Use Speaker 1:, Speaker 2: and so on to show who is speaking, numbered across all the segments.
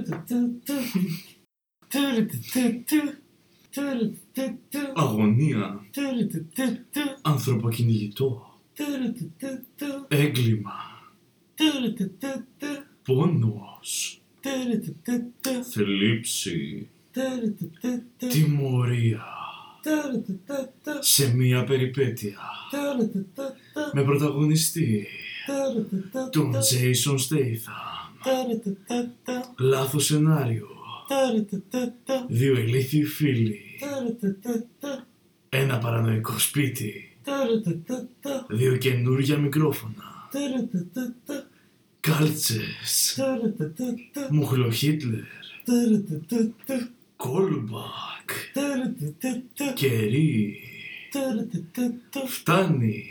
Speaker 1: Τουρου-του-του-του. Τουρου-του-του-του. Τουρου-του-του-του.
Speaker 2: Αγωνία.
Speaker 1: Τουρου-του-του-του.
Speaker 2: Ανθρωποκυνηγητό.
Speaker 1: Τουρου-του-του-του.
Speaker 2: Έγκλημα.
Speaker 1: Τουρου-του-του-του.
Speaker 2: Πόνος.
Speaker 1: Τουρου-του-του-του.
Speaker 2: Θλίψη.
Speaker 1: Τουρου-του-του-του.
Speaker 2: Τιμωρία.
Speaker 1: Τουρου-του-του-του.
Speaker 2: Σε μία περιπέτεια.
Speaker 1: Τουρου-του-του-του.
Speaker 2: Με πρωταγωνιστή. Τον
Speaker 1: Τουρου-του-του-του.
Speaker 2: Jason Statham.
Speaker 1: Τουρου-του-του-του.
Speaker 2: Λάθος σενάριο.
Speaker 1: Τουρου-του-του-του.
Speaker 2: Δύο ηλίθιοι φίλοι.
Speaker 1: Τουρου-του-του-του.
Speaker 2: Ένα παρανοϊκό σπίτι.
Speaker 1: Τουρου-του-του-του.
Speaker 2: Δύο καινούργια μικρόφωνα.
Speaker 1: Τουρου-του-του-του.
Speaker 2: Κάλτσες.
Speaker 1: Τουρου-του-του-του.
Speaker 2: Μουχλο Χίτλερ.
Speaker 1: Τουρου-του-του-του.
Speaker 2: Κόλμπακ.
Speaker 1: Τουρου-του-του-του.
Speaker 2: Κερί.
Speaker 1: Τουρου-του-του-του.
Speaker 2: Φτάνει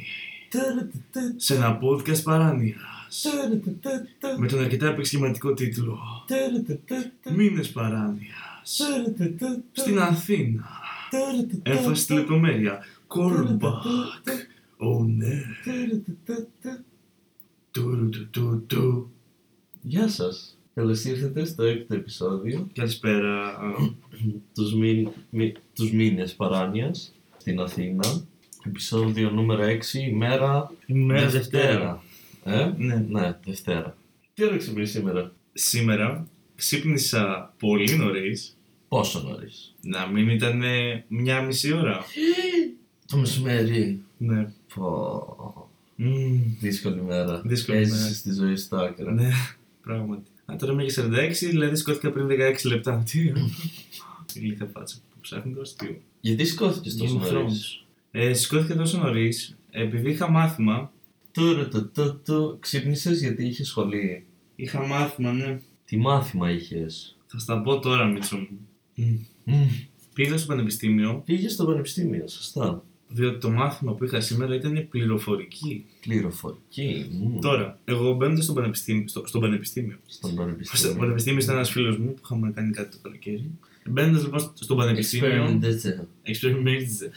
Speaker 1: Τουρου-του-του-του.
Speaker 2: σε ένα podcast παράνοιας.
Speaker 1: Τουρου-του-του-του.
Speaker 2: Με τον αρκετά επεξηγηματικό τίτλο
Speaker 1: Τουρου-του-του-του.
Speaker 2: Μήνες παράνοιας.
Speaker 1: Τουρου-του-του-του.
Speaker 2: Στην Αθήνα.
Speaker 1: Τουρου-του-του-του.
Speaker 2: Έμφαση στη λεπτομέρεια. Κόλμπακ. Ω ναι.
Speaker 1: Τουρου-του-του-του.
Speaker 2: Τουρου του του του.
Speaker 3: Γεια σας. Καλώς ήρθατε στο έκτο επεισόδιο
Speaker 2: Καλησπέρα.
Speaker 3: τους, μη, μη, τους μήνες παράνοιας στην Αθήνα. Επεισόδιο νούμερα 6, ημέρα
Speaker 2: Μέρα
Speaker 3: Ε?
Speaker 2: Ναι.
Speaker 3: Ναι, Δευτέρα. Τι ώρα ξυπνεί σήμερα.
Speaker 2: Σήμερα ξύπνησα πολύ νωρίς.
Speaker 3: Πόσο νωρίς.
Speaker 2: Να μην ήταν ε, μια μισή ώρα.
Speaker 3: Το μεσημέρι.
Speaker 2: Ναι.
Speaker 3: Πω.
Speaker 2: Μμμ.
Speaker 3: Δύσκολη μέρα.
Speaker 2: Δύσκολη
Speaker 3: Έζησες
Speaker 2: μέρα.
Speaker 3: τη ζωή στα άκρα.
Speaker 2: Ναι, πράγματι. Α, τώρα είμαι για 46, δηλαδή σκόθηκα πριν 16 λεπτά. Τι. ε. Η λίθα πάτσα που ψάχνει το αστείο.
Speaker 3: Γιατί σκόθηκες τόσο
Speaker 2: Game of
Speaker 3: νωρίς.
Speaker 2: Thrones. Ε, σηκώθηκα τόσο νωρίς, επειδή είχα μάθημα.
Speaker 3: Τουρου του του του. Ξύπνησες γιατί είχες σχολή.
Speaker 2: Είχα μάθημα, ναι.
Speaker 3: Τι μάθημα είχες.
Speaker 2: Θα στα πω τώρα, Μίτσο μου.
Speaker 3: Μμμ.
Speaker 2: Πήγα στο πανεπιστήμιο,
Speaker 3: Πήγες στο πανεπιστήμιο, σωστά.
Speaker 2: διότι το μάθημα που είχα σήμερα ήταν πληροφορική.
Speaker 3: Πληροφορική. μμμ.
Speaker 2: Τώρα, εγώ μπαίνοντα στο πανεπιστήμιο. Στο, στο πανεπιστήμιο.
Speaker 3: Στον
Speaker 2: Στο
Speaker 3: πανεπιστήμιο.
Speaker 2: πανεπιστήμιο ήταν ένας φίλος μου που είχαμε κάνει κάτι το καλοκαίρι. Μπαίνοντας λοιπόν στο- στο πανεπιστήμιο.
Speaker 3: Experimentation.
Speaker 2: Experimented.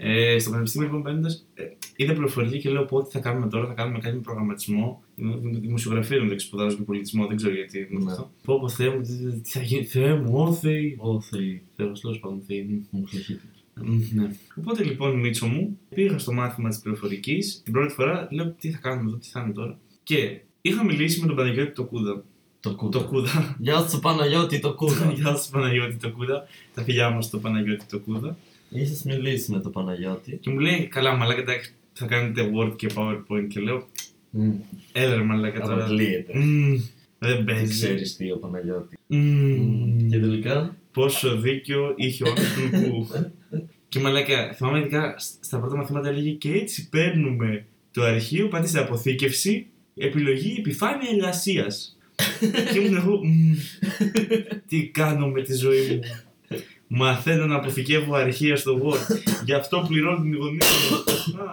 Speaker 2: Ε, στο Πανεπιστήμιο, λοιπόν, παίρνοντας, ε, είδα πληροφορική και λέω: Πω, τι θα κάνουμε τώρα, θα κάνουμε κάτι με προγραμματισμό. Δημο- Δημοσιογραφία, δεν σπουδάζω και πολιτισμό, δεν ξέρω γιατί. ήμουν
Speaker 3: Ναι.
Speaker 2: αυτό. Πω, πω, Θεέ μου, τι- τι- τι θα γίνει, Θεέ μου, όθεη.
Speaker 3: Ω Θεή.
Speaker 2: Θεός, τέλος πάντων, Θεή μου.
Speaker 3: Μου χλεχεί.
Speaker 2: Μμ, ναι. Οπότε λοιπόν, Μίτσο μου, πήγα στο μάθημα της πληροφορικής. Την πρώτη φορά λέω: Τι θα κάνουμε εδώ, τι θα είναι τώρα. Και είχα μιλήσει με τον Παναγιώτη το Κούδα.
Speaker 3: Το
Speaker 2: Το
Speaker 3: κούτα.
Speaker 2: Κούδα.
Speaker 3: Γεια σου Παναγιώτη, το κούτα.
Speaker 2: Γεια σα, Παναγιώτη το Κούδα. Τα φιλιά μας στο Παναγιώτη το Κούδα.
Speaker 3: Είχες μιλήσει με τον Παναγιώτη.
Speaker 2: Και μου λέει, καλά μαλάκα εντάξει, θα κάνετε Word και PowerPoint και λέω,
Speaker 3: Μμ.
Speaker 2: έλα ρε μαλάκα τώρα.
Speaker 3: Αποκλείεται.
Speaker 2: Μμμ, δεν
Speaker 3: Δεν
Speaker 2: παίζει.
Speaker 3: ξέρεις Mm. τι ο Παναγιώτη.
Speaker 2: Μμμ.
Speaker 3: Και τελικά.
Speaker 2: Πόσο δίκιο είχε ο άνθρωπος του Και μαλάκα, θυμάμαι ειδικά σ- στα πρώτα μαθήματα έλεγε και έτσι παίρνουμε το αρχείο, πατήστε αποθήκευση, επιλογή επιφάνεια ελασίας. και ήμουν εγώ, «Μμμ, τι κάνω με τη ζωή μου. Μαθαίνω να αποθηκεύω αρχεία στο Word. Γι' αυτό πληρώνω την γονία μου. Α,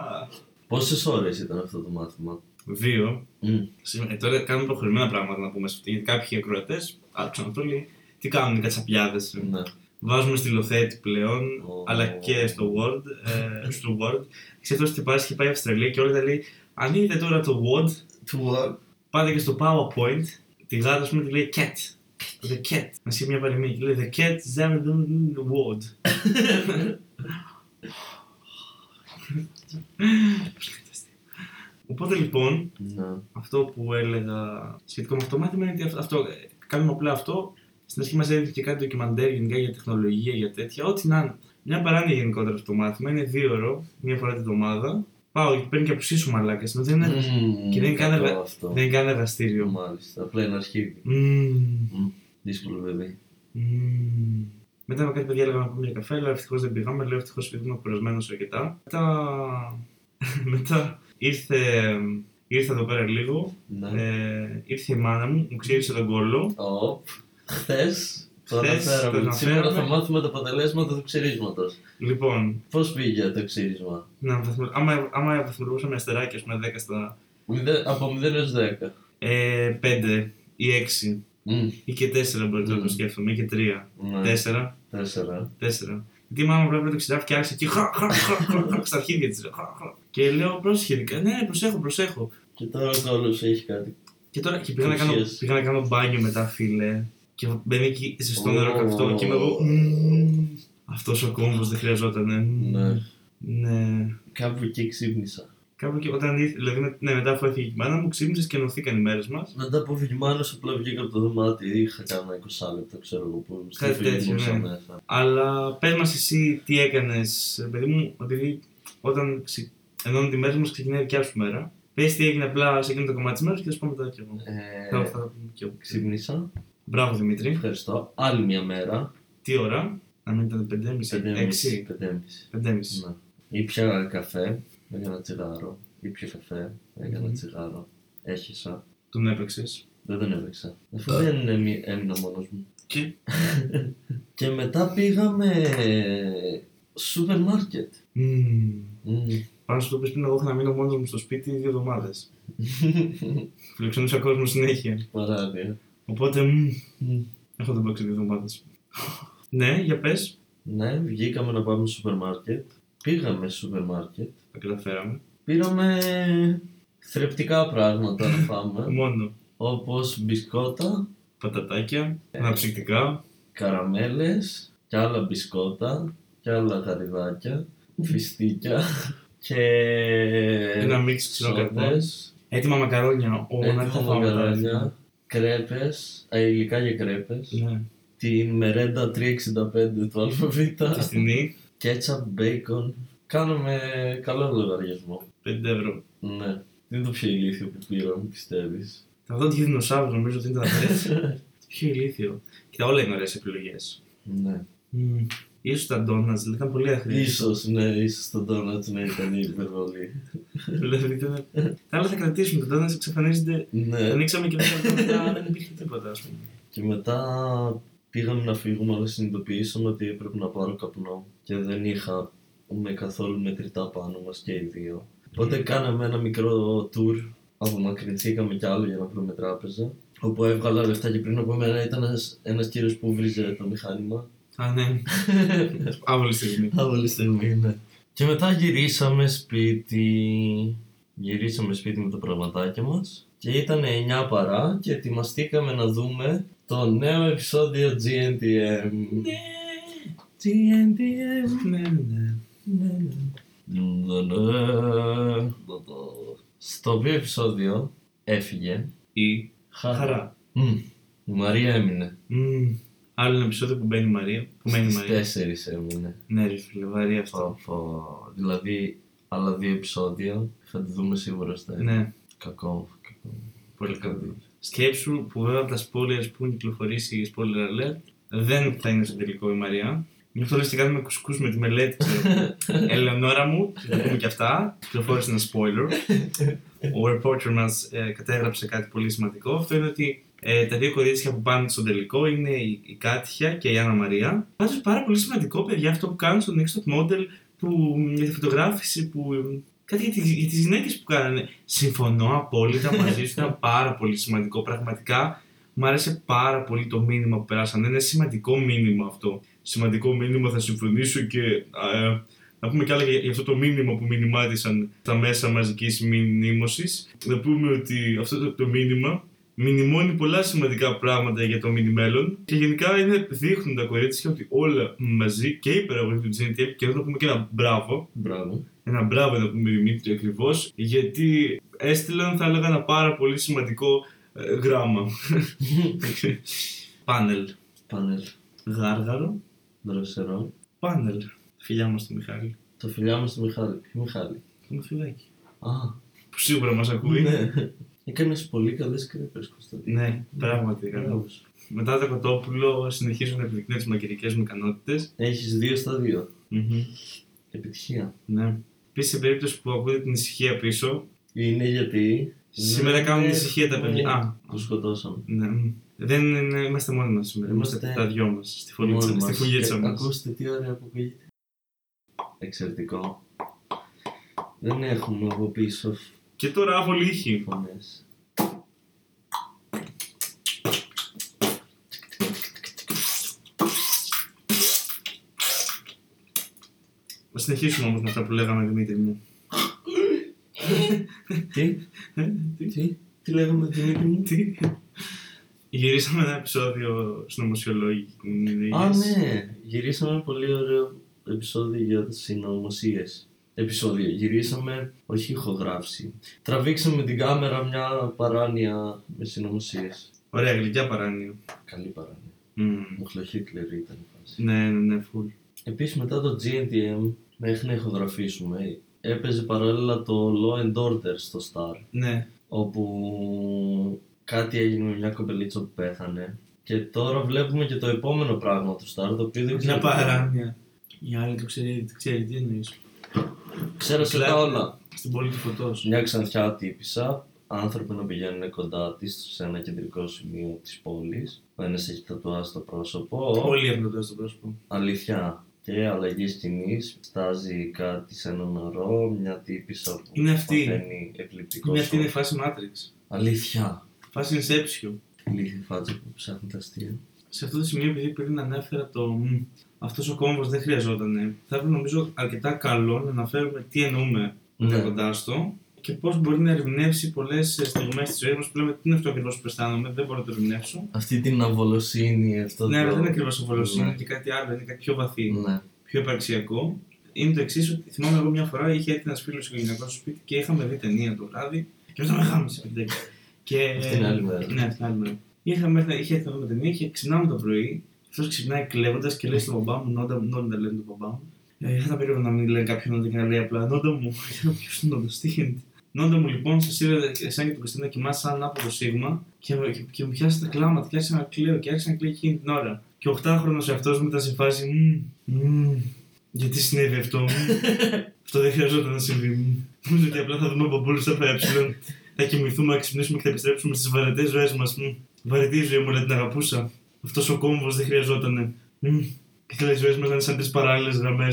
Speaker 3: Πόσες ώρες ήταν αυτό το μάθημα.
Speaker 2: Δύο,
Speaker 3: Μμ.
Speaker 2: Σήμερα- ε, τώρα κάνουμε προχωρημένα πράγματα να πούμε. σε αυτό, Γιατί κάποιοι ακροατές άκουσαν το λέει. Τι κάνουν οι κατσαπιάδε.
Speaker 3: Ναι.
Speaker 2: Βάζουμε στυλοθέτη πλέον,
Speaker 3: Ω.
Speaker 2: αλλά και στο Word. Ε, στο Word. Ξέρετε ότι πάει, είχε πάει η Αυστραλία και όλα τα λέει. Ανοίγετε τώρα το Word,
Speaker 3: Του α-
Speaker 2: πάτε και στο PowerPoint. Τη γάτα, ας πούμε, τη λέει Cat. The Cat. Να σε μια παροιμία και λέει The Cat the Word. Οπότε λοιπόν,
Speaker 3: Ναι.
Speaker 2: αυτό που έλεγα σχετικό με αυτό το μάθημα είναι ότι αυ- αυτό, ε, κάνουμε απλά αυτό. Στην αρχή μας έδειξε και κάτι ντοκιμαντέρ γενικά για τεχνολογία, για τέτοια, ό,τι να είναι. Μια παράνοια γενικότερα αυτό το μάθημα είναι δύο ώρο, μία φορά την εβδομάδα. Πάω και παίρνει και απουσίσου μαλάκα. Ενώ δεν είναι,
Speaker 3: Μμ,
Speaker 2: Ναι. Και δεν
Speaker 3: Mm,
Speaker 2: Ναι.
Speaker 3: κακό
Speaker 2: κάνε βα-
Speaker 3: αυτό.
Speaker 2: δεν είναι κανένα Mm. εργαστήριο.
Speaker 3: Μάλιστα. Απλά είναι αρχή.
Speaker 2: Μμμ,
Speaker 3: Δύσκολο βέβαια.
Speaker 2: μμμ. Mm. Μετά με κάτι παιδιά έλεγα να πούμε για καφέ, αλλά ευτυχώς δεν πήγαμε. Λέω ευτυχώς επειδή είμαι κουρασμένος αρκετά. Μετά, μετά ήρθε, ήρθα εδώ πέρα λίγο.
Speaker 3: Ναι.
Speaker 2: Ε, ήρθε η μάνα μου, μου ξύρισε τον κόλλο.
Speaker 3: Οπ. Χθες το
Speaker 2: Χθες το
Speaker 3: αναφέραμε. Σήμερα θα
Speaker 2: αναφέραμε.
Speaker 3: μάθουμε τα αποτελέσματα του ξυρίσματος.
Speaker 2: Λοιπόν,
Speaker 3: Πώς πήγε το ξύρισμα.
Speaker 2: Να βαθμο... άμα, άμα βαθμολογούσαμε αστεράκια, ας πούμε, 10 στα
Speaker 3: Μηδέ- Από 0 έως 10.
Speaker 2: ε, 5 ή 6
Speaker 3: Μμ,
Speaker 2: ή και 4 μπορεί να
Speaker 3: Μμμ.
Speaker 2: το σκέφτομαι, ή και 3,
Speaker 3: ναι.
Speaker 2: 4,
Speaker 3: 4.
Speaker 2: 4. Γιατί η μάμα πρέπει να το ξηράφει και άρχισε και χα, χα, χα, χα, χα, στα αρχίδια της. ρε, χα, χα. Και λέω πρόσεχε, δικα- ναι, προσέχω, προσέχω.
Speaker 3: Και τώρα το όλο έχει κάτι.
Speaker 2: Mm. Και τώρα και πήγα, να κάνω,
Speaker 3: Ουσίες.
Speaker 2: πήγα να κάνω μπάνιο μετά, φίλε. Και μπαίνει εκεί ζεστό νερό
Speaker 3: Ω.
Speaker 2: καυτό και είμαι εγώ. Αυτός ο κόμβος δεν χρειαζόταν.
Speaker 3: Ναι.
Speaker 2: ναι.
Speaker 3: Κάπου εκεί ξύπνησα.
Speaker 2: Κάπου και όταν ήρθε, δηλαδή με- ναι, μετά αφού έφυγε η μάνα μου, ξύπνησες και ενωθήκαν οι μέρες μας.
Speaker 3: Μετά από φυγμάνες απλά βγήκα από το δωμάτιο. Είχα κάνει 20 λεπτά, ξέρω εγώ που ήμουν. Στην
Speaker 2: Κάτι
Speaker 3: φυγή
Speaker 2: τέτοιο,
Speaker 3: μου σαν
Speaker 2: ναι.
Speaker 3: μέσα.
Speaker 2: Αλλά πες μας εσύ τι έκανες, παιδί μου, επειδή όταν ξυ... ενώνουν τη μέρα μας ξεκινάει η δικιά σου μέρα. Πες τι έγινε απλά σε εκείνο το κομμάτι της μέρας και θα σου πω μετά κι εγώ.
Speaker 3: Ε,
Speaker 2: Θα θα τα πούμε κι εγώ.
Speaker 3: Ξύπνησα.
Speaker 2: Μπράβο Δημήτρη.
Speaker 3: Ευχαριστώ. Άλλη μια μέρα.
Speaker 2: Τι ώρα, να μην ήταν
Speaker 3: 5.30.
Speaker 2: 5.30, 6,
Speaker 3: 5.30.
Speaker 2: 5.30.
Speaker 3: Ναι. Ήπια καφέ, έκανα τσιγάρο. Ήπια καφέ, ε, έκανα
Speaker 2: Μμμ.
Speaker 3: τσιγάρο. Έχισα.
Speaker 2: Τον έπαιξες.
Speaker 3: Δεν τον έπαιξα. Αφού δεν έμει- έμεινα μόνος μου.
Speaker 2: Και
Speaker 3: Και μετά πήγαμε σούπερ μάρκετ.
Speaker 2: Μμμ.
Speaker 3: Μμμ.
Speaker 2: Πάνω στο πει πριν, εγώ είχα να μείνω μόνος μου στο σπίτι δύο εβδομάδες. Φιλοξενούσα κόσμο συνέχεια.
Speaker 3: Παράδειγμα.
Speaker 2: Οπότε μμ,
Speaker 3: Μμμ.
Speaker 2: έχω τον παίξει δύο εβδομάδες. ναι, για πες.
Speaker 3: Ναι, βγήκαμε να πάμε σούπερ μάρκετ. Πήγαμε σούπερ μάρκετ.
Speaker 2: Τα καταφέραμε.
Speaker 3: Πήραμε θρεπτικά πράγματα να φάμε.
Speaker 2: Μόνο
Speaker 3: όπως μπισκότα,
Speaker 2: πατατάκια, αναψυκτικά.
Speaker 3: καραμέλες και άλλα μπισκότα και άλλα γαριδάκια, φιστίκια και ε,
Speaker 2: Ένα μίξ ξινό καρπό.
Speaker 3: σόπες,
Speaker 2: Έτοιμα μακαρόνια. Ω, να
Speaker 3: έτοιμα
Speaker 2: έχω φάμε τα έτοιμα.
Speaker 3: μαγαρόνια, κρέπες, α, υλικά για κρέπες,
Speaker 2: Ναι.
Speaker 3: την μερέντα 365 του ΑΒ,
Speaker 2: Τη στιγμή
Speaker 3: κέτσαπ, μπέικον. Κάναμε καλό λογαριασμό.
Speaker 2: 5 ευρώ.
Speaker 3: Ναι. Είναι το πιο ηλίθιο που πήρα, μου πιστεύεις.
Speaker 2: Τα δω τι δεινοσαύρου νομίζω ότι είναι τα τρέφη. Πιο ηλίθιο. Κοίτα, όλα είναι ωραίες επιλογές.
Speaker 3: Ναι.
Speaker 2: Ίσως τα ντόνατς, δηλαδή ήταν πολύ αχρήστο.
Speaker 3: Ίσως, ναι, ίσως το ντόνατ να ήταν η υπερβολή.
Speaker 2: δηλαδή ήταν... Τα άλλα θα κρατήσουμε, τα ντόνατς εξαφανίζονται.
Speaker 3: ναι.
Speaker 2: Ανοίξαμε και μετά μετά δεν υπήρχε τίποτα, ας πούμε.
Speaker 3: Και μετά πήγαμε να φύγουμε, αλλά συνειδητοποιήσαμε ότι έπρεπε να πάρω καπνό και δεν είχα με καθόλου μετρητά πάνω μας και οι δύο. Οπότε κάναμε ένα μικρό tour, απομακρυνθήκαμε κι άλλο για να βρούμε τράπεζα. Όπου έβγαλα λεφτά και πριν από μένα ήταν ένας- ένας κύριος που βρίζε το μηχάνημα.
Speaker 2: Α, ναι. Άβολη στιγμή.
Speaker 3: Άλλη στιγμή, ναι. Και μετά γυρίσαμε σπίτι. Γυρίσαμε σπίτι με τα πραγματάκια μας και ήταν 9 παρά και ετοιμαστήκαμε να δούμε το νέο επεισόδιο GNTM. GNTM.
Speaker 2: Ναι, ναι, ναι.
Speaker 3: Ναι. Στο οποίο επεισόδιο έφυγε.
Speaker 2: Η χαρά.
Speaker 3: Μμ. Η Μαρία έμεινε.
Speaker 2: Μμμ. Άλλο ένα επεισόδιο που μπαίνει η Μαρία. Που μένει η Μαρία.
Speaker 3: Στις 4 έμεινε.
Speaker 2: Ναι, ρε φίλε, βαρύ αυτό.
Speaker 3: Πω, πω. Δηλαδή, άλλα δύο επεισόδια θα τη δούμε σίγουρα στα
Speaker 2: Ναι,
Speaker 3: Κακό, κακό.
Speaker 2: πολύ καλό. Σκέψου που βέβαια από τα spoilers που έχουν κυκλοφορήσει η spoiler alert δεν θα είναι στο τελικό η Μαρία. Μια φορά και κάνουμε κουσκούς με τη μελέτη ξέρω. Ελεονόρα μου, θα τα πούμε και αυτά. Κυκλοφόρησε ένα spoiler. Ο reporter μας ε, κατέγραψε κάτι πολύ σημαντικό. Αυτό είναι ότι ε, τα δύο κορίτσια που πάνε στο τελικό είναι η, η Κάτια και η Άννα Μαρία. Πάντως πάρα πολύ σημαντικό, παιδιά, αυτό που κάνουν στο Next Top Model που, για τη φωτογράφηση που. Κάτι για τις, για τις γυναίκες που κάνανε. Συμφωνώ απόλυτα μαζί σου, ήταν πάρα πολύ σημαντικό. Πραγματικά μου άρεσε πάρα πολύ το μήνυμα που περάσανε. Είναι σημαντικό μήνυμα αυτό. Σημαντικό μήνυμα, θα συμφωνήσω και α, ε, να πούμε κι άλλα για, για αυτό το μήνυμα που μηνυμάτισαν τα μέσα μαζικής μηνύμωσης. Να πούμε ότι αυτό το, το μήνυμα μηνυμώνει πολλά σημαντικά πράγματα για το μήνυ μέλλον και γενικά είναι, δείχνουν τα κορίτσια ότι όλα μαζί και η παραγωγή του GNTM και εδώ να πούμε και ένα μπράβο
Speaker 3: Μπράβο.
Speaker 2: ένα μπράβο να πούμε Δημήτρη ακριβώς, γιατί έστειλαν, θα έλεγα, ένα πάρα πολύ σημαντικό ε, γράμμα. πάνελ.
Speaker 3: Πάνελ.
Speaker 2: Γάργαρο.
Speaker 3: Δροσερό.
Speaker 2: Πάνελ. Φιλιά μας του Μιχάλη.
Speaker 3: Το φιλιά μου στο Μιχάλη. Ποιο Μιχάλη.
Speaker 2: Τον φιλάκι.
Speaker 3: Α,
Speaker 2: Που σίγουρα μας ακούει.
Speaker 3: ναι. Έκανες πολύ καλές κρέπες, Κωνσταντίνο.
Speaker 2: Ναι, πράγματι. καλά.
Speaker 3: Μπράβο σου.
Speaker 2: Μετά το Κοτόπουλο συνεχίζουν να επιδεικνύουν τις μαγειρικές μου ικανότητες.
Speaker 3: Έχεις δύο στα δύο. Επιτυχία.
Speaker 2: Ναι. Επίσης, σε περίπτωση που ακούτε την ησυχία πίσω,
Speaker 3: Είναι γιατί...
Speaker 2: σήμερα
Speaker 3: δεν
Speaker 2: κάνουν
Speaker 3: έχουμε-
Speaker 2: ησυχία τα παιδιά. Α,
Speaker 3: Τους σκοτώσαμε.
Speaker 2: ναι. Δεν είναι, ναι, είμαστε μόνοι μας σήμερα. Είμαστε
Speaker 3: Είμαστε
Speaker 2: τα δυο μας. Στη
Speaker 3: Μόνοι
Speaker 2: φωλίτσα- στη
Speaker 3: μας.
Speaker 2: φουγίτσα
Speaker 3: Και
Speaker 2: μας.
Speaker 3: Ακούστε τι ωραία που ακούγεται. Εξαιρετικό. Δεν έχουμε από πίσω
Speaker 2: Και τώρα άβολη ήχη.
Speaker 3: φωνές.
Speaker 2: Να συνεχίσουμε όμως με αυτά που λέγαμε Δημήτρη μου.
Speaker 3: Τι,
Speaker 2: Ε, Τι,
Speaker 3: τι, τι λέγαμε Δημήτρη μου.
Speaker 2: τι. Γυρίσαμε ένα επεισόδιο συνωμοσιολόγοι.
Speaker 3: Α, ναι. Γυρίσαμε ένα πολύ ωραίο επεισόδιο για τις συνωμοσίες. Επεισόδιο. Γυρίσαμε, όχι ηχογράφηση. Τραβήξαμε την κάμερα μια παράνοια με συνωμοσίες.
Speaker 2: Ωραία, γλυκιά παράνοια.
Speaker 3: Καλή παράνοια.
Speaker 2: Mm. Μμμ.
Speaker 3: Μουχλο Χίτλερ ήταν η φάση.
Speaker 2: Ναι, ναι, ναι, φουλ.
Speaker 3: Επίσης μετά το GNTM, μέχρι να ηχογραφήσουμε, έπαιζε παράλληλα το Law and Order στο Star.
Speaker 2: Ναι.
Speaker 3: όπου κάτι έγινε με μια κοπελίτσα που πέθανε. Και τώρα βλέπουμε και το επόμενο πράγμα του Star, το οποίο δεν
Speaker 2: Μια
Speaker 3: ξέρω.
Speaker 2: παράνοια. Η άλλη το ξέρει, το ξέρει τι εννοείς.
Speaker 3: Ξέρασε
Speaker 2: Κλέβει.
Speaker 3: τα όλα.
Speaker 2: Στην πόλη του φωτός.
Speaker 3: Μια ξανθιά τύπησα, άνθρωποι να πηγαίνουν κοντά της σε ένα κεντρικό σημείο της πόλης. Ο ένας έχει τατουάσει το πρόσωπο.
Speaker 2: Όλοι έχουν το στο πρόσωπο.
Speaker 3: Αλήθεια. Και αλλαγή σκηνή. Στάζει κάτι σε ένα νερό, μια τύπησα που
Speaker 2: Είναι αυτή.
Speaker 3: παθαίνει επιληπτικός
Speaker 2: Είναι αυτή είναι η
Speaker 3: σοκ.
Speaker 2: φάση Matrix.
Speaker 3: Αλήθεια.
Speaker 2: Φάση Inception.
Speaker 3: Λίγη φάτσα που ψάχνει τα αστεία.
Speaker 2: σε αυτό το σημείο, επειδή πριν ανέφερα το αυτός ο κόμβος δεν χρειαζόταν, θα έπρεπε νομίζω αρκετά καλό να αναφέρουμε τι εννοούμε
Speaker 3: Ναι.
Speaker 2: λέγοντά το και πώς μπορεί να ερμηνεύσει ε, πολλέ στιγμές της ζωής μας που λέμε τι είναι αυτό ακριβώς που αισθάνομαι, δεν μπορώ να το ερμηνεύσω.
Speaker 3: Αυτή την αβολοσύνη, αυτό
Speaker 2: Ναι,
Speaker 3: το-
Speaker 2: αλλά δεν είναι ακριβώς εμβολιοσύνη,
Speaker 3: Ναι.
Speaker 2: είναι και κάτι άλλο, είναι κάτι πιο βαθύ,
Speaker 3: Ναι.
Speaker 2: πιο υπαρξιακό. Είναι το εξής, ότι θυμάμαι εγώ μια φορά είχε έρθει ένας φίλος οικογενειακός στο σπίτι και είχαμε δει ταινία το βράδυ και μετά με χάμισε παιδιά. Και...
Speaker 3: Αυτή είναι άλλη μέρα.
Speaker 2: Ναι, αυτή την άλλη μέρα. Είχαμε έρθει, είχε έρθει με ταινία και ξυπνάμε το πρωί. Αυτός ξυπνάει κλέβοντας και λέει στον μπαμπά μου, νόντα μου, νόντα λένε τον μπαμπά μου. Ε, θα τα περίμενα να μην λέει κάποιον νόντα και να λέει απλά νόντα μου, για να ποιο νόντα, τι γίνεται. Νόντα μου λοιπόν, σα είδα εσένα και τον Κριστίνα κοιμάσαι σαν από το σίγμα και, και, και μου πιάσει τα κλάματα και άρχισα να κλαίω και άρχισα να κλαίω εκείνη την ώρα. Και ο 8χρονο εαυτό μου ήταν σε φάση. «Μμμ, μμμ, γιατί συνέβη αυτό. μμμ, αυτό δεν χρειαζόταν να συμβεί. μμμ». Νομίζω ότι απλά θα δούμε μπαμπούλου ΑΕ. Θα κοιμηθούμε, θα ξυπνήσουμε και θα επιστρέψουμε στις βαρετές ζωές μας. Βαρετή η ζωή μου, αλλά την αγαπούσα. Αυτός ο κόμβος δεν χρειαζόταν. Ήθελα οι ζωές μας να είναι σαν τρεις παράλληλες γραμμές.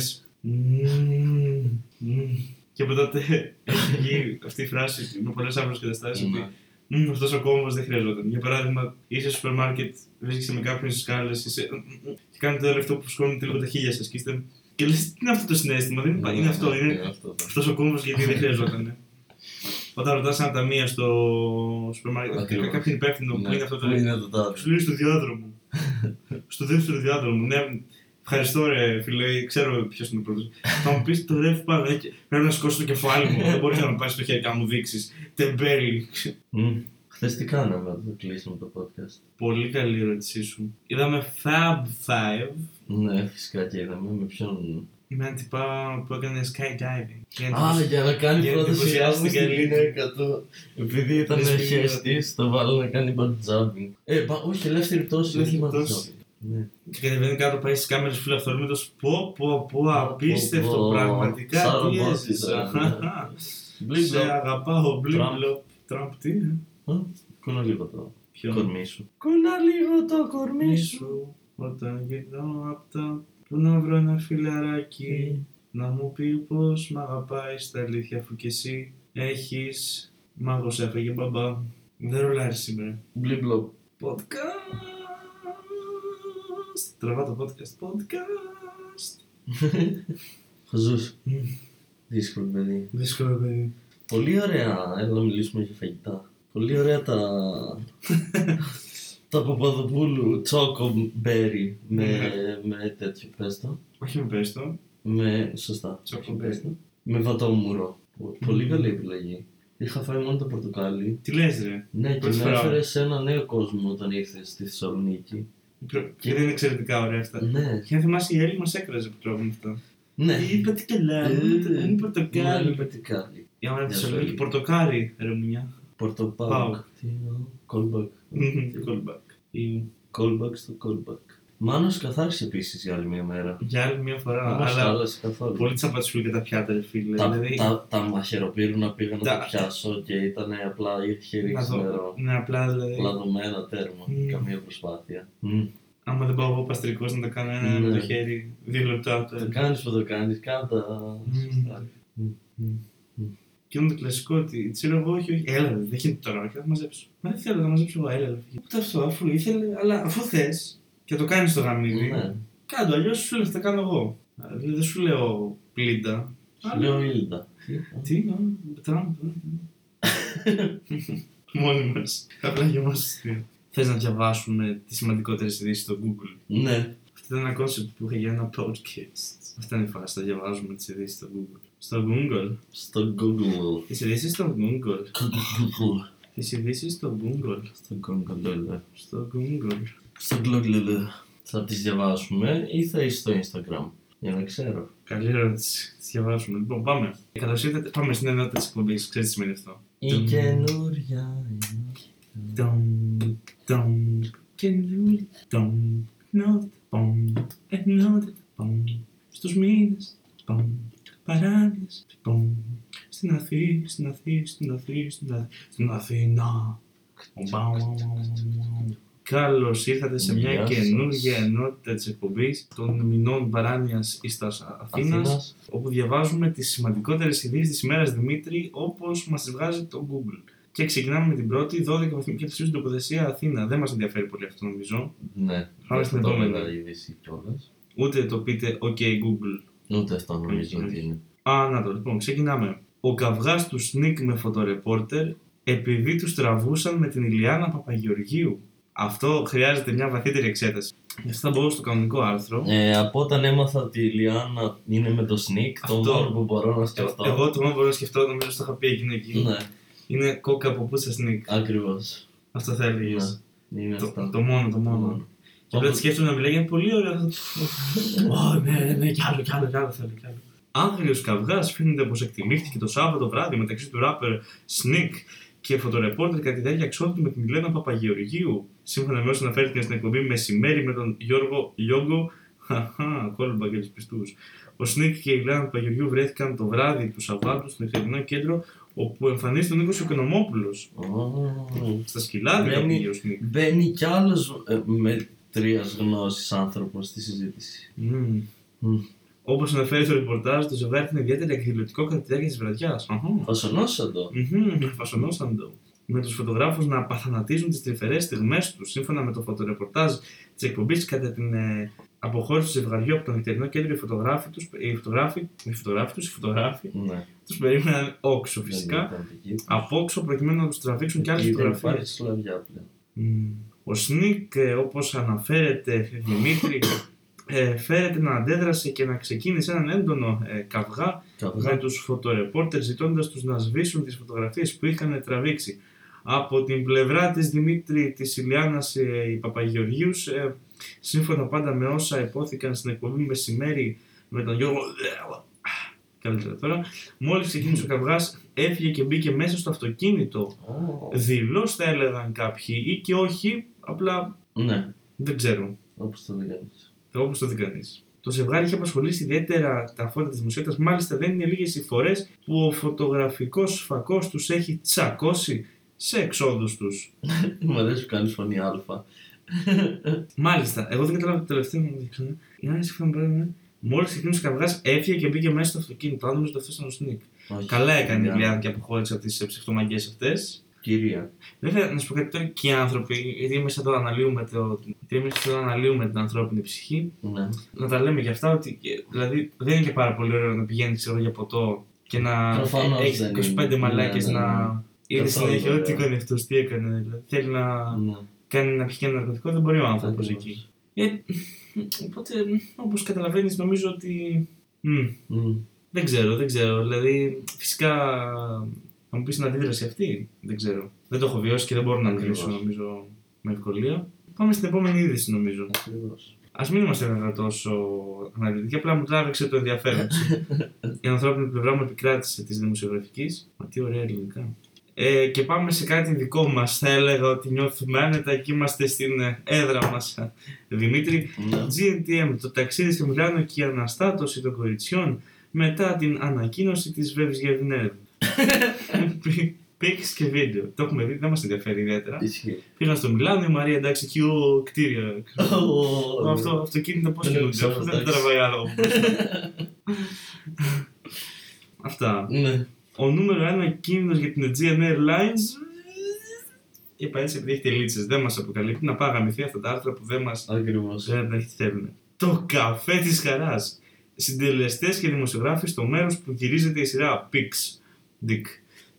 Speaker 2: Και από τότε έχει βγει αυτή η φράση με πολλέ άλλε καταστάσει.
Speaker 3: Ναι.
Speaker 2: Ότι αυτός ο κόμβος δεν χρειαζόταν. Για παράδειγμα, είσαι στο σούπερ μάρκετ, βρίσκεσαι με κάποιον στις σκάλες είσαι... μμμ, και κάνετε όλο αυτό που σκόνετε λίγο τα χίλια σας και είστε. Και λες, τι είναι αυτό το συνέστημα, δεν
Speaker 3: Ναι,
Speaker 2: είναι,
Speaker 3: ναι,
Speaker 2: είναι αυτό,
Speaker 3: ναι,
Speaker 2: είναι
Speaker 3: αυτό.
Speaker 2: αυτός ο κόμβος γιατί δεν χρειαζόταν. Όταν ρωτάς ένα ταμείο στο σούπερ μάρκετ,
Speaker 3: Ακριβώς.
Speaker 2: κάποιον υπεύθυνο που
Speaker 3: Ναι,
Speaker 2: είναι αυτό το
Speaker 3: πού είναι το τάδε.
Speaker 2: Σου λέει στο διάδρομο. στο δεύτερο διάδρομο. Ναι, ευχαριστώ ρε φίλε, ξέρω ποιος είναι ο πρώτος. Θα μου πεις το ρεύμα πάνω, ε, και πρέπει να σηκώσει το κεφάλι μου. δεν μπορείς να με πάρεις το χέρι και να μου δείξεις. Τεμπέλη.
Speaker 3: Μμ. Χθες τι κάναμε όταν το κλείσαμε το podcast.
Speaker 2: Πολύ καλή ερώτησή σου. Είδαμε Fab Five
Speaker 3: Ναι, φυσικά και είδαμε με ποιον.
Speaker 2: με έναν τυπά που έκανε skydiving. Ε, Και
Speaker 3: Α,
Speaker 2: εντυπωσιάστηκε.
Speaker 3: για να κάνει
Speaker 2: Για να
Speaker 3: πρόταση
Speaker 2: εντυπωσιάσει
Speaker 3: άμμου
Speaker 2: την
Speaker 3: στην
Speaker 2: καλή του.
Speaker 3: γυναίκα του. Επειδή ήταν
Speaker 2: Λες, πήγε
Speaker 3: χέστη, το βάλω να κάνει bungee Ε, μπα- όχι, ελεύθερη πτώση.
Speaker 2: Ελεύθερη
Speaker 3: όχι bungee
Speaker 2: πτώση.
Speaker 3: jumping. Ναι.
Speaker 2: Και κατεβαίνει κάτω, πάει στις κάμερες φιλοαυτορμήτω. Πω, πω, πω, απίστευτο
Speaker 3: πω.
Speaker 2: πραγματικά.
Speaker 3: Σαν
Speaker 2: Τι
Speaker 3: ρομπότ
Speaker 2: έζησα.
Speaker 3: ήταν, ναι. Μπλίμπλο.
Speaker 2: Σε αγαπάω,
Speaker 3: Τραμπ.
Speaker 2: Μπλίμπλο. Τραμπ, τι είναι.
Speaker 3: Α, Κόνα λίγο το
Speaker 2: Ποιο.
Speaker 3: κορμί σου.
Speaker 2: Κόλλα λίγο το κορμί σου όταν γυρνώ απ' τα που να βρω ένα
Speaker 3: Ε.
Speaker 2: φιλαράκι να μου πει πως μ' αγαπάεις τα αλήθεια αφού κι εσύ έχεις μάγος έφαγε μπαμπά δεν ρολάρεις σήμερα
Speaker 3: Μπλίμπλο.
Speaker 2: podcast τραβά το podcast podcast
Speaker 3: Χαζούς.
Speaker 2: Μμ.
Speaker 3: Δύσκολο παιδί.
Speaker 2: δύσκολο παιδί
Speaker 3: Πολύ ωραία. Έλα να μιλήσουμε για φαγητά. Πολύ ωραία τα. τα Παπαδοπούλου τσόκο μπέρι με,
Speaker 2: Ναι.
Speaker 3: με τέτοιο πέστο.
Speaker 2: όχι με πες το
Speaker 3: Με. Σωστά.
Speaker 2: Τσόκο
Speaker 3: με
Speaker 2: μπέρι.
Speaker 3: πέστο. Με βατόμουρο. Πο-
Speaker 2: Mm-hmm.
Speaker 3: Πολύ καλή επιλογή. Είχα φάει μόνο το πορτοκάλι.
Speaker 2: τι λες ρε
Speaker 3: Ναι, και
Speaker 2: Πρώτη
Speaker 3: με
Speaker 2: φορά.
Speaker 3: έφερε σε ένα νέο κόσμο όταν ήρθες στη Θεσσαλονίκη.
Speaker 2: και δεν είναι εξαιρετικά ωραία αυτά
Speaker 3: Ναι.
Speaker 2: και αν θυμάσαι η Έλλη μας έκραζε που τρώγαμε αυτά
Speaker 3: Ναι.
Speaker 2: είπα τι καλά είναι
Speaker 3: Ναι,
Speaker 2: ε, πορτοκάλι
Speaker 3: πορτοκάλι.
Speaker 2: Η
Speaker 3: Γεια
Speaker 2: άμυνα τη
Speaker 3: σου,
Speaker 2: Θεσσαλονίκη
Speaker 3: Έλλη.
Speaker 2: πορτοκάρι, ρε μουνιά.
Speaker 3: Πορτοπάουκ.
Speaker 2: Πάουκ. Mm-hmm,
Speaker 3: Τι εννοώ. Κόλμπακ.
Speaker 2: Callback. Η-
Speaker 3: Callback στο callback. Μάνος καθάρισε επίσης για άλλη μια μέρα.
Speaker 2: Για άλλη μια φορά.
Speaker 3: Όμως
Speaker 2: Αλλά
Speaker 3: άλλασε καθόλου.
Speaker 2: πολύ τσαμπατσούλη και τα πιάτα, ρε φίλε.
Speaker 3: Τα,
Speaker 2: Δηλαδή,
Speaker 3: τα, τα μαχαιροπύρουνα πήγα να
Speaker 2: Τα-
Speaker 3: το πιάσω και ήταν απλά η χέρι
Speaker 2: να δω. ε.
Speaker 3: νερό.
Speaker 2: Ναι, απλά δηλαδή.
Speaker 3: Λαδωμένα τέρμα.
Speaker 2: Μμμ.
Speaker 3: Καμία προσπάθεια. Μμμ.
Speaker 2: Άμα δεν πάω εγώ παστρικός να τα κάνω ένα με
Speaker 3: Ναι.
Speaker 2: το χέρι, δύο λεπτά. το
Speaker 3: Το
Speaker 2: ένα.
Speaker 3: κάνει που το κάνεις, κάντα.
Speaker 2: Μμμ. Και είναι το κλασικό ότι ξέρω εγώ, όχι, όχι. Έλα, ρε, δεν γίνεται τώρα, όχι, θα το μαζέψω. Μα δεν θέλω να μαζέψω εγώ, έλα. ρε, φύγε. Ούτε αυτό, αφού ήθελε, αλλά αφού θες και το κάνεις το γαμίδι,
Speaker 3: Ναι.
Speaker 2: κάντο. Αλλιώς σου λέω, θα τα κάνω εγώ. Δηλαδή δεν σου λέω πλήντα.
Speaker 3: Σου
Speaker 2: αλλά-
Speaker 3: λέω Ήλντα.
Speaker 2: Τι, ε, α, ε. Τραμπ. α. Μόνοι μας. Απλά για εμά. θες να διαβάσουν τις σημαντικότερες ειδήσεις στο Google.
Speaker 3: Ναι.
Speaker 2: Αυτό ήταν ένα concept που είχα για ένα podcast. Αυτή είναι η φάση. Θα διαβάζουμε τις ειδήσεις στο Google. Στο Google.
Speaker 3: Στο Google.
Speaker 2: Τις ειδήσεις στο Google.
Speaker 3: Google.
Speaker 2: Τις ειδήσεις στο Google.
Speaker 3: Στο Google. ναι.
Speaker 2: Στο Google.
Speaker 3: Στο Google. Θα τις διαβάσουμε ή θα είσαι στο Instagram. Για να ξέρω.
Speaker 2: Καλή ερώτηση. Τις διαβάζουμε. Λοιπόν, πάμε. Καλώ ήρθατε. Πάμε στην ενότητα της εκπομπής. Ξέρετε τι σημαίνει αυτό.
Speaker 3: Η
Speaker 2: Τουμ.
Speaker 3: καινούρια είναι.
Speaker 2: Dum, dum, καινούριο. Dum, not, bum, ενότητα, bum. Στους μήνες, bum. Παράλληλε, bum. Στην Αθήνα, στην Αθήνα, στην Αθήνα, στην Αθήνα. Στην Αθήνα. Καλώς ήρθατε σε μια
Speaker 3: Γεια σας.
Speaker 2: καινούργια ενότητα της εκπομπής των μηνών παράνοια ίστα Αθήνας,
Speaker 3: Αθήνας.
Speaker 2: όπου διαβάζουμε τις σημαντικότερες ειδήσεις της ημέρας Δημήτρη, όπως μας τι βγάζει το Google. Και ξεκινάμε με την πρώτη, 12 βαθμική ψήφου στην τοποθεσία Αθήνα. Δεν μας ενδιαφέρει πολύ αυτό νομίζω.
Speaker 3: Ναι.
Speaker 2: Πάμε στην
Speaker 3: Δεν το
Speaker 2: επόμενη.
Speaker 3: είδα η είδηση κιόλας.
Speaker 2: Ούτε το πείτε, OK Google.
Speaker 3: Ούτε αυτό νομίζω ότι είναι.
Speaker 2: Α, να το λοιπόν, ξεκινάμε. Ο καυγάς του Σνικ με φωτορεπόρτερ επειδή τους τραβούσαν με την Ηλιάνα Παπαγεωργίου. Αυτό χρειάζεται μια βαθύτερη εξέταση. Γι' αυτό θα μπω στο κανονικό άρθρο.
Speaker 3: Ε, από όταν έμαθα ότι η Λιάννα είναι με το Sneak, το
Speaker 2: Αυτό.
Speaker 3: μόνο που μπορώ να
Speaker 2: Ε,
Speaker 3: σκεφτώ.
Speaker 2: Εγώ το μόνο που μπορώ να σκεφτώ, νομίζω στο είχα πει εκείνο εκεί.
Speaker 3: Ναι,
Speaker 2: Είναι κόκα από πούτσα Σνικ.
Speaker 3: ακριβώς.
Speaker 2: Αυτό θα έλεγες.
Speaker 3: Ναι, Είναι
Speaker 2: Το,
Speaker 3: αυτά.
Speaker 2: το μόνο, το
Speaker 3: Ναι.
Speaker 2: μόνο. Και
Speaker 3: Όπως-
Speaker 2: απλά τη σκέφτομαι να μιλάει για πολύ ωραίο αυτό. Ω, ναι, ναι, κι άλλο, κι άλλο, κι άλλο θέλω, κι άλλο. Άγριος καυγάς φαίνεται πως εκτιμήθηκε το Σάββατο βράδυ μεταξύ του ράπερ Σνικ και φωτορεπόρτερ κατά τη διάρκεια εξόδου με την Ελένα Παπαγεωργίου. Σύμφωνα με όσοι αναφέρθηκαν στην εκπομπή μεσημέρι με τον Γιώργο Λιόγκο, χαχά, κόλμπα για τους πιστούς. Ο Σνικ και η Ελένα Παπαγεωργίου βρέθηκαν το βράδυ του Σαββάτου στο Ευθερινό Κέντρο, όπου εμφανίστηκε ο Νίκος Οικονομόπουλος.
Speaker 3: Ω,
Speaker 2: Στα σκυλάδια
Speaker 3: Μπαίνει-
Speaker 2: που πήγε ο Σνικ.
Speaker 3: Μπαίνει κι άλλος με τρία γνώσεις άνθρωπος στη συζήτηση.
Speaker 2: Μμμ.
Speaker 3: Μμ.
Speaker 2: Όπως αναφέρει στο ρεπορτάζ, το ζευγάρι ήταν ιδιαίτερα εκδηλωτικό κατά τη διάρκεια της βραδιάς.
Speaker 3: Φασονόσαντο.
Speaker 2: Φασονώσαν το. Με τους φωτογράφους να απαθανατίζουν τις τρυφερές στιγμές τους, σύμφωνα με το φωτορεπορτάζ της εκπομπής κατά την ε, αποχώρηση του ζευγαριού από το νυχτερινό κέντρο, οι φωτογράφοι τους, οι φωτογράφοι, οι φωτογράφοι τους, οι φωτογράφοι,
Speaker 3: Ναι,
Speaker 2: τους περίμεναν όξο φυσικά.
Speaker 3: δεν ήταν δική τους.
Speaker 2: Απόξω προκειμένου να τους τραβήξουν και άλλες
Speaker 3: Εκεί δεν
Speaker 2: φωτογραφίες.
Speaker 3: υπάρχει σλαβιά πλέον.
Speaker 2: Μμμ. Ο Σνίκ, ε, όπως αναφέρεται Δημήτρη, ε, φέρεται να αντέδρασε και να ξεκίνησε έναν έντονο ε, καυγά με
Speaker 3: Καυγά.
Speaker 2: τους φωτορεπόρτερ ζητώντας τους να σβήσουν τις φωτογραφίες που είχαν τραβήξει. Από την πλευρά της Δημήτρη της Ηλιάνας ε, η Παπαγεωργίους, ε, σύμφωνα πάντα με όσα υπόθηκαν στην εκπομπή μεσημέρι με τον Γιώργο... ε, Καλύτερα τώρα. Μόλις ξεκίνησε ο καυγάς, έφυγε και μπήκε μέσα στο αυτοκίνητο
Speaker 3: Ω,
Speaker 2: δηλώς θα έλεγαν κάποιοι ή και όχι, απλά
Speaker 3: Ναι,
Speaker 2: δεν ξέρω.
Speaker 3: όπως το λέγανε.
Speaker 2: Όπω το δει κανείς. Το ζευγάρι είχε απασχολήσει ιδιαίτερα τα φώτα της δημοσιότητας. Μάλιστα, δεν είναι λίγες οι φορές που ο φωτογραφικός φακός τους έχει τσακώσει σε εξόδους τους.
Speaker 3: Μου αρέσει που κάνει φωνή Α.
Speaker 2: Μάλιστα, εγώ δεν κατάλαβα το τελευταίο μου δείξανε. Η Άννα σύμφωνα με πράγμα. Μόλις ξεκίνησε ο καυγά, έφυγε και μπήκε μέσα στο αυτοκίνητο. Αν νομίζω το αυτός ήταν ο Σνικ.
Speaker 3: Όχι.
Speaker 2: Καλά έκανε η
Speaker 3: Κυρία.
Speaker 2: Λιάννα και αποχώρησε από τις ψευτομαγγέ αυτές.
Speaker 3: Κυρία.
Speaker 2: Βέβαια, να σου πω κάτι τώρα και οι άνθρωποι, γιατί εμείς εδώ αναλύουμε, το, γιατί εμείς εδώ αναλύουμε την ανθρώπινη ψυχή,
Speaker 3: Ναι.
Speaker 2: να τα λέμε για αυτά ότι ε, δηλαδή, δεν είναι και πάρα πολύ ωραίο να πηγαίνεις για ποτό και να
Speaker 3: Προφανώς
Speaker 2: έχεις
Speaker 3: δεν
Speaker 2: 25
Speaker 3: είναι.
Speaker 2: μαλάκες
Speaker 3: Ναι, ναι, ναι.
Speaker 2: να. Είναι
Speaker 3: Καθόλου
Speaker 2: συνέχεια
Speaker 3: ωραίο.
Speaker 2: ό,τι έκανε αυτό, τι έκανε. Δηλαδή, θέλει να
Speaker 3: Ναι.
Speaker 2: κάνει να πιει ένα ναρκωτικό, δεν μπορεί ο άνθρωπος
Speaker 3: Ακριβώς.
Speaker 2: εκεί. Ε, οπότε, όπως καταλαβαίνεις, νομίζω ότι. μ,
Speaker 3: Μμ.
Speaker 2: δεν ξέρω, δεν ξέρω. Δηλαδή, φυσικά θα μου πεις την αντίδραση αυτή. Δεν ξέρω. Δεν το έχω βιώσει και δεν μπορώ να
Speaker 3: Ακριβώς.
Speaker 2: μιλήσω, νομίζω, με ευκολία. Πάμε στην επόμενη είδηση, νομίζω.
Speaker 3: Ακριβώς.
Speaker 2: Ας μην είμαστε βέβαια τόσο αναλυτικοί. Απλά μου τράβηξε το ενδιαφέρον. Η ανθρώπινη πλευρά μου επικράτησε της δημοσιογραφικής. Μα τι ωραία ελληνικά. Ε, και πάμε σε κάτι δικό μας. Θα έλεγα ότι νιώθουμε άνετα και είμαστε στην ε, έδρα μας. Δημήτρη,
Speaker 3: Ναι.
Speaker 2: GNTM, το ταξίδι στο Μιλάνο και η αναστάτωση των κοριτσιών μετά την ανακοίνωση της Βεβς Γεβνεύ. Πίξ και βίντεο. Το έχουμε δει, δεν μας ενδιαφέρει ιδιαίτερα.
Speaker 3: Ισχύει.
Speaker 2: Πήγαν στο Μιλάνο, η Μαρία εντάξει, εκεί ο κτίριο. Αυτό αυτοκίνητο πώς
Speaker 3: Δεν
Speaker 2: κινούνται,
Speaker 3: ναι. ξέρω,
Speaker 2: αυτό δεν
Speaker 3: εντάξει.
Speaker 2: τραβάει άλλο. Αυτά.
Speaker 3: Ναι.
Speaker 2: Ο νούμερο ένα κίνδυνος για την Aegean Airlines είπα έτσι επειδή έχει τελίτσες, δεν μας αποκαλύπτει να πάγαμε αυτά τα άρθρα που δεν μας
Speaker 3: Ακριβώς.
Speaker 2: δεν τα θέλουν. Το καφέ της χαράς. Συντελεστές και δημοσιογράφοι στο μέρος που γυρίζεται η σειρά Pix. Dick.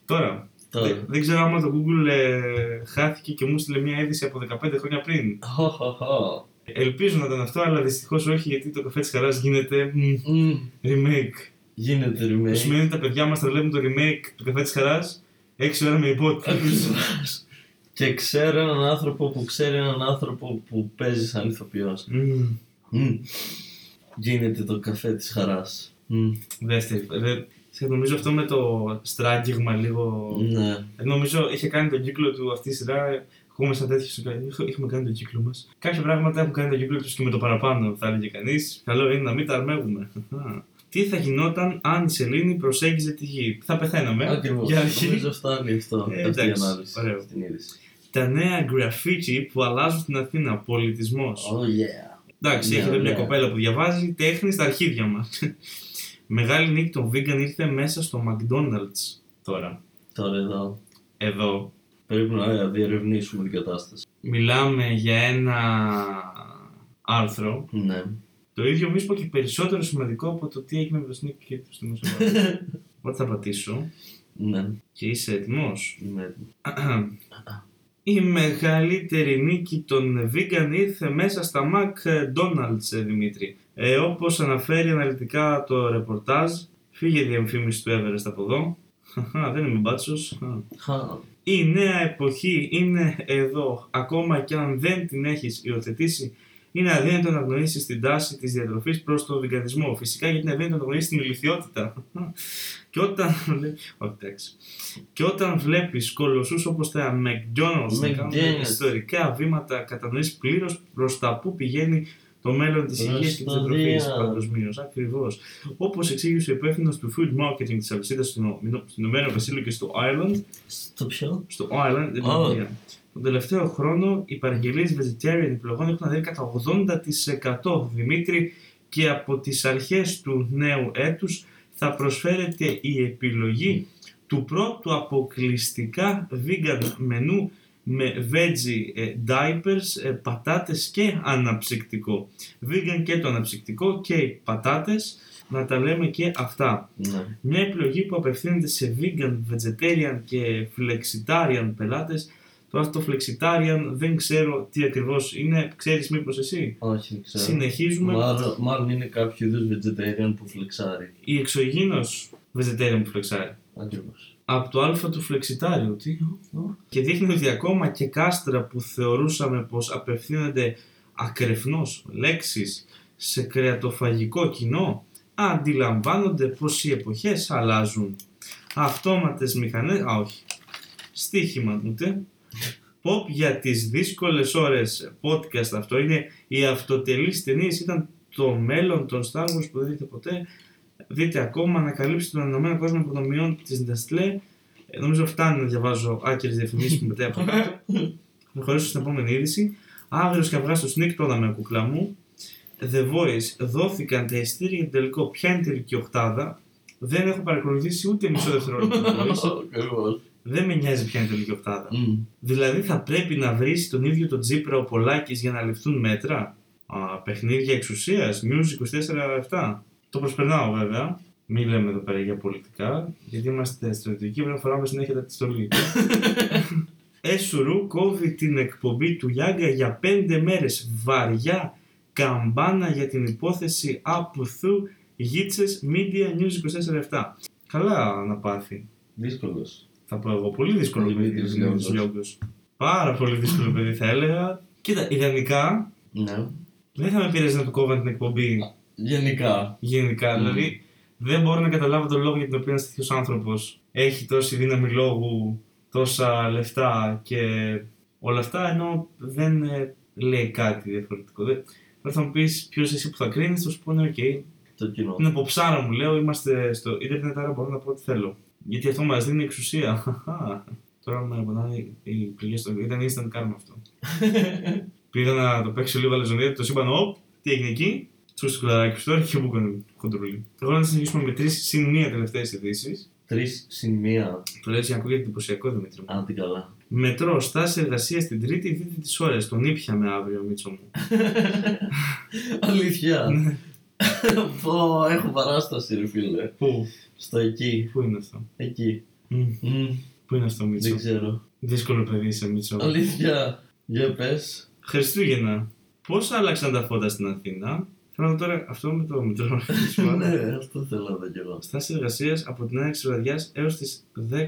Speaker 2: Τώρα,
Speaker 3: Τώρα.
Speaker 2: Δεν ξέρω άμα το Google ε, χάθηκε και μου στείλε μια είδηση από 15 χρόνια πριν.
Speaker 3: Χω, χω, χω.
Speaker 2: Ελπίζω να ήταν αυτό, αλλά δυστυχώς όχι, γιατί το καφέ της χαράς γίνεται μ,
Speaker 3: Μμμ,
Speaker 2: remake.
Speaker 3: Γίνεται
Speaker 2: Που
Speaker 3: remake.
Speaker 2: σημαίνει ότι τα παιδιά μας θα βλέπουν το remake του καφέ της χαράς 6 ώρα με υπότιτλους.
Speaker 3: Ακριβώς. Και ξέρω έναν άνθρωπο που ξέρει έναν άνθρωπο που παίζει σαν ηθοποιός.
Speaker 2: Μμμ.
Speaker 3: Μμμ. Γίνεται το καφέ της χαράς. Μμμ.
Speaker 2: Δεύτερη. Δε, σε νομίζω αυτό με το στράγγιγμα λίγο.
Speaker 3: Ναι.
Speaker 2: Ε, Νομίζω είχε κάνει τον κύκλο του αυτή η σειρά. Έχουμε σαν τέτοιο στο είχα- Είχαμε κάνει τον κύκλο μας. Κάποια πράγματα έχουν κάνει τον κύκλο τους και με το παραπάνω, θα έλεγε κανείς. Καλό είναι να μην τα αρμέγουμε. Χαχα. Τι θα γινόταν αν η Σελήνη προσέγγιζε τη γη. Θα πεθαίναμε.
Speaker 3: Ακριβώς.
Speaker 2: Ε, Για αρχή.
Speaker 3: Νομίζω φτάνει αυτό.
Speaker 2: Ε,
Speaker 3: Αυτή η
Speaker 2: εντάξει.
Speaker 3: ανάλυση.
Speaker 2: Ωραίο.
Speaker 3: Στην είδηση.
Speaker 2: Τα νέα γκραφίτι που αλλάζουν την Αθήνα. Πολιτισμός.
Speaker 3: Oh yeah.
Speaker 2: Εντάξει,
Speaker 3: Ναι,
Speaker 2: έχετε μια
Speaker 3: ναι.
Speaker 2: κοπέλα που διαβάζει τέχνη στα αρχίδια μας. Μεγάλη νίκη των vegan ήρθε μέσα στο McDonald's τώρα.
Speaker 3: Τώρα εδώ.
Speaker 2: Εδώ
Speaker 3: Πρέπει να διαρευνήσουμε την κατάσταση.
Speaker 2: μιλάμε για ένα άρθρο.
Speaker 3: Ναι.
Speaker 2: Το ίδιο μη σου πω και περισσότερο σημαντικό από το τι έγινε με το Sneak και το Στυμοσοβάρο. Οπότε θα πατήσω
Speaker 3: ναι.
Speaker 2: και είσαι έτοιμος.
Speaker 3: Ναι.
Speaker 2: Η μεγαλύτερη νίκη των vegan ήρθε μέσα στα McDonald's, ε, Δημήτρη. Ε, όπως αναφέρει αναλυτικά το ρεπορτάζ, φύγε η εμφήμιση του Everest από εδώ. Χαχα, Δεν είμαι μπάτσος. Α.
Speaker 3: Χα.
Speaker 2: Η νέα εποχή είναι εδώ. Ακόμα και αν δεν την έχεις υιοθετήσει, είναι αδύνατο να γνωρίσει την τάση της διατροφής προς τον βιγκανισμό. Φυσικά γιατί είναι αδύνατο να γνωρίσει την ηλικιότητα. και όταν. βλέ- Ω, εντάξει. Και όταν βλέπεις κολοσσούς όπως τα McDonald's να κάνουν
Speaker 3: McDonald's.
Speaker 2: ιστορικά βήματα, κατανοείς πλήρως προς τα που πηγαίνει το μέλλον της
Speaker 3: Προς
Speaker 2: υγείας και της
Speaker 3: τα
Speaker 2: διατροφή
Speaker 3: δύο.
Speaker 2: παγκοσμίω. Ακριβώς. Όπως εξήγησε ο υπεύθυνος του food marketing της αλυσίδας στο Ηνωμένο Βασίλειο και στο Ireland,
Speaker 3: Στο ποιο?
Speaker 2: στο Ireland, την
Speaker 3: Oh.
Speaker 2: Ιρλανδία. Τον τελευταίο χρόνο οι παραγγελίες vegetarian επιλογών έχουν ανέβει κατά 80% Δημήτρη και από τις αρχές του νέου έτους θα προσφέρεται η επιλογή του πρώτου αποκλειστικά vegan μενού με veggie ε, diapers, ε, πατάτες και αναψυκτικό. Vegan και το αναψυκτικό και οι πατάτες, να τα λέμε και αυτά.
Speaker 3: Ναι.
Speaker 2: Μια επιλογή που απευθύνεται σε vegan, vegetarian και flexitarian πελάτες. Τώρα αυτό flexitarian δεν ξέρω τι ακριβώς είναι. Ξέρεις μήπως εσύ.
Speaker 3: Όχι, δεν ξέρω.
Speaker 2: Συνεχίζουμε.
Speaker 3: Μάλλον, μάλλον είναι κάποιο είδους vegetarian που φλεξάρει.
Speaker 2: Η εξωγήινος vegetarian που φλεξάρει.
Speaker 3: Ακριβώς.
Speaker 2: Από το α του φλεξιτάριου. Τι, ο, ο. Και δείχνει ότι ακόμα και κάστρα που θεωρούσαμε πως απευθύνονται ακρεφνώς λέξεις σε κρεατοφαγικό κοινό αντιλαμβάνονται πως οι εποχές αλλάζουν. Αυτόματες μηχανές... Α, όχι. Στίχημα ούτε. Pop για τις δύσκολες ώρες podcast αυτό είναι οι αυτοτελείς ταινίες ήταν το μέλλον των Star Wars που δεν δείτε ποτέ δείτε ακόμα ανακαλύψτε τον ενωμένο κόσμο οικονομιών της Nestlé Ε, νομίζω φτάνει να διαβάζω άκυρες διαφημίσεις που μετέπω προχωρήσω στην επόμενη είδηση Άγριος και αυγά στο Sneak τώρα με κουκλά μου The Voice δόθηκαν τα ειστήρια για το τελικό ποια είναι η τελική οκτάδα δεν έχω παρακολουθήσει ούτε μισό δευτερόλεπτο του Voice.
Speaker 3: Ακριβώς.
Speaker 2: Δεν με νοιάζει ποια είναι η τελική οκτάδα. Δηλαδή θα πρέπει να βρεις τον ίδιο τον Τζίπρα ο Πολάκης για να ληφθούν μέτρα. Α, παιχνίδια εξουσίας, μείους 24-7. Το προσπερνάω βέβαια. Μην λέμε εδώ πέρα για πολιτικά, γιατί είμαστε στρατιωτικοί, πρέπει να φοράμε συνέχεια τα επιστολή. Έσουρου κόβει την εκπομπή του Γιάγκα για πέντε μέρες. Βαριά καμπάνα για την υπόθεση Απουθού Γίτσες Media News 24-7. Καλά να πάθει.
Speaker 3: Δύσκολος.
Speaker 2: Θα πω εγώ. Πολύ δύσκολο
Speaker 3: Ο
Speaker 2: παιδί.
Speaker 3: Δημήτρης
Speaker 2: ο Δημήτρης
Speaker 3: Λιόγκος.
Speaker 2: Λιόγκος. Πάρα πολύ δύσκολο παιδί, θα έλεγα. Κοίτα, ιδανικά
Speaker 3: Ναι.
Speaker 2: δεν θα με πειράζει να του κόβαν την εκπομπή
Speaker 3: Γενικά.
Speaker 2: γενικά.
Speaker 3: Mm.
Speaker 2: Δηλαδή, δεν μπορώ να καταλάβω τον λόγο για τον οποίο ένας τέτοιος άνθρωπος έχει τόση δύναμη λόγου, τόσα λεφτά και όλα αυτά, ενώ δεν ε, λέει κάτι διαφορετικό. Δεν... δεν θα μου πεις ποιος εσύ που θα κρίνεις, θα σου πω ναι, οκ.
Speaker 3: Το κοινό.
Speaker 2: Είναι από ψάρα μου, λέω. Είμαστε στο ίντερνετ, άρα μπορώ να πω ό,τι θέλω. Γιατί αυτό μας δίνει εξουσία. Χαχα. Τώρα με πονάνε οι πληγέ στο Ήταν instant karma αυτό. Πήγα να το παίξω λίγο αλεζονία, το είπαν όπ, τι έγινε εκεί. Τσου του κουλαράκι σου τώρα και που έκανε κοντρολί. Εγώ να συνεχίσουμε με τρεις συν μία τελευταίες ειδήσεις.
Speaker 3: Τρεις συν μία.
Speaker 2: Το λέω για να ακούγεται εντυπωσιακό Δημήτρη. μου.
Speaker 3: Αν την καλά.
Speaker 2: Μετρό, στάση εργασίας την Τρίτη, δείτε τι ώρε. Τον ήπια με αύριο, Μίτσο μου.
Speaker 3: Αλήθεια. Πω, έχω παράσταση, ρε φίλε.
Speaker 2: Πού,
Speaker 3: Στο εκεί.
Speaker 2: πού είναι αυτό.
Speaker 3: Εκεί.
Speaker 2: Μμ.
Speaker 3: Μμ.
Speaker 2: Πού είναι αυτό, Μίτσο.
Speaker 3: Δεν ξέρω.
Speaker 2: Δύσκολο παιδί είσαι, Μίτσο.
Speaker 3: Αλήθεια. Για πες.
Speaker 2: Χριστούγεννα. Πώς άλλαξαν τα φώτα στην Αθήνα. Θέλω να τώρα αυτό με το μετρό.
Speaker 3: ναι, αυτό θέλω να δω κι εγώ.
Speaker 2: Στάση εργασίας από την έναρξη βραδιάς έως τις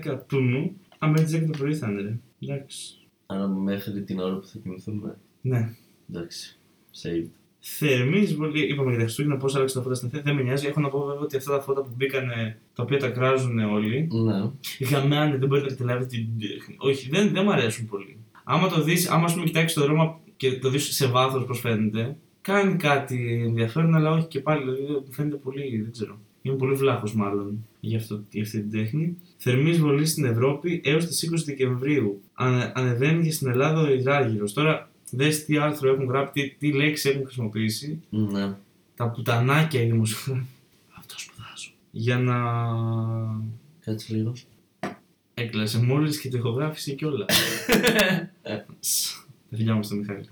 Speaker 2: 10 του νου. Αν μέχρι τι 10 το πρωί θα είναι, ρε. Εντάξει.
Speaker 3: Άρα μέχρι την ώρα που θα κοιμηθούμε.
Speaker 2: Ναι.
Speaker 3: Εντάξει. Saved.
Speaker 2: Θερμής βολή, είπαμε για τα Χριστούγεννα πώς άλλαξαν τα φώτα στην Αθήνα. Δεν με νοιάζει. Έχω να πω βέβαια ότι αυτά τα φώτα που μπήκαν, τα οποία τα κράζουν όλοι,
Speaker 3: Ναι.
Speaker 2: γαμάνε, δεν μπορείτε να καταλάβετε την τέχνη. Όχι, δεν, δεν μου αρέσουν πολύ. Άμα το δεις, άμα ας πούμε κοιτάξεις το δρόμο και το δεις σε βάθος πώς φαίνεται, κάνει κάτι ενδιαφέρον, αλλά όχι και πάλι. Δηλαδή μου φαίνεται πολύ, δεν ξέρω. Είμαι πολύ βλάχος μάλλον για, αυτό, για αυτή την τέχνη. Θερμής βολής στην Ευρώπη έως τις 20 Δεκεμβρίου. Ανε, ανεβαίνει και στην Ελλάδα ο Ιδράγυρο. Τώρα δες τι άρθρο έχουν γράψει, τι, τι λέξει έχουν χρησιμοποιήσει
Speaker 3: Ναι.
Speaker 2: τα πουτανάκια οι δημοσιογράφοι. Αυτό σπουδάζω. Για να.
Speaker 3: Κάτσε λίγο.
Speaker 2: Έκλασε μόλις και το ηχογράφησε κιόλας. Τα φιλιά μου στο Μιχάλη.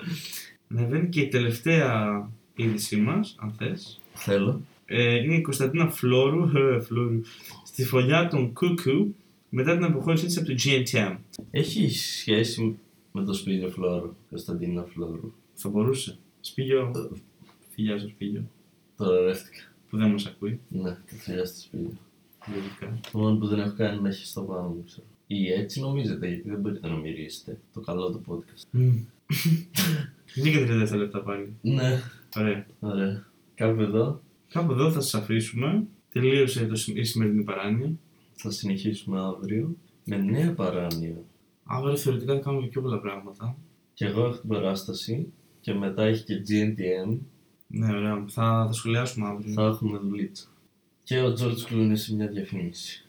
Speaker 2: Ανεβαίνει και η τελευταία είδησή μας, αν θες.
Speaker 3: Θέλω.
Speaker 2: είναι η Κωνσταντίνα Φλόρου, ε, Φλόρου, στη φωλιά των Κούκου μετά την αποχώρησή της από το GNTM.
Speaker 3: Έχει σχέση με το σπίτι Φλόρου. Κωνσταντίνα Φλόρου.
Speaker 2: Θα μπορούσε. Σπίγιο. Φιλιά στο σπίγιο.
Speaker 3: Τώρα ρεύτηκα.
Speaker 2: Που δεν μας ακούει,
Speaker 3: Ναι, τα φιλιά στο σπίτι.
Speaker 2: λογικά.
Speaker 3: Το μόνο που δεν έχω κάνει είναι να έχει στο πάνω μου, ξέρω. Ή έτσι νομίζετε, γιατί δεν μπορείτε να μυρίσετε το καλό του podcast.
Speaker 2: Είναι και 30 λεπτά πάλι.
Speaker 3: Ναι,
Speaker 2: Ωραία.
Speaker 3: ωραία. Κάπου εδώ
Speaker 2: Κάπου εδώ θα σας αφήσουμε. Τελείωσε το, σι- η σημερινή παράνοια.
Speaker 3: θα συνεχίσουμε αύριο με νέα παράνοια.
Speaker 2: Αύριο θεωρητικά θα κάνουμε και πιο πολλά πράγματα.
Speaker 3: Και εγώ έχω την παράσταση και μετά έχει και GNTM.
Speaker 2: Ναι, ωραία. Θα, θα σχολιάσουμε αύριο.
Speaker 3: Θα έχουμε δουλίτσα. Και ο Τζόρτζ Κλούνι σε μια διαφήμιση.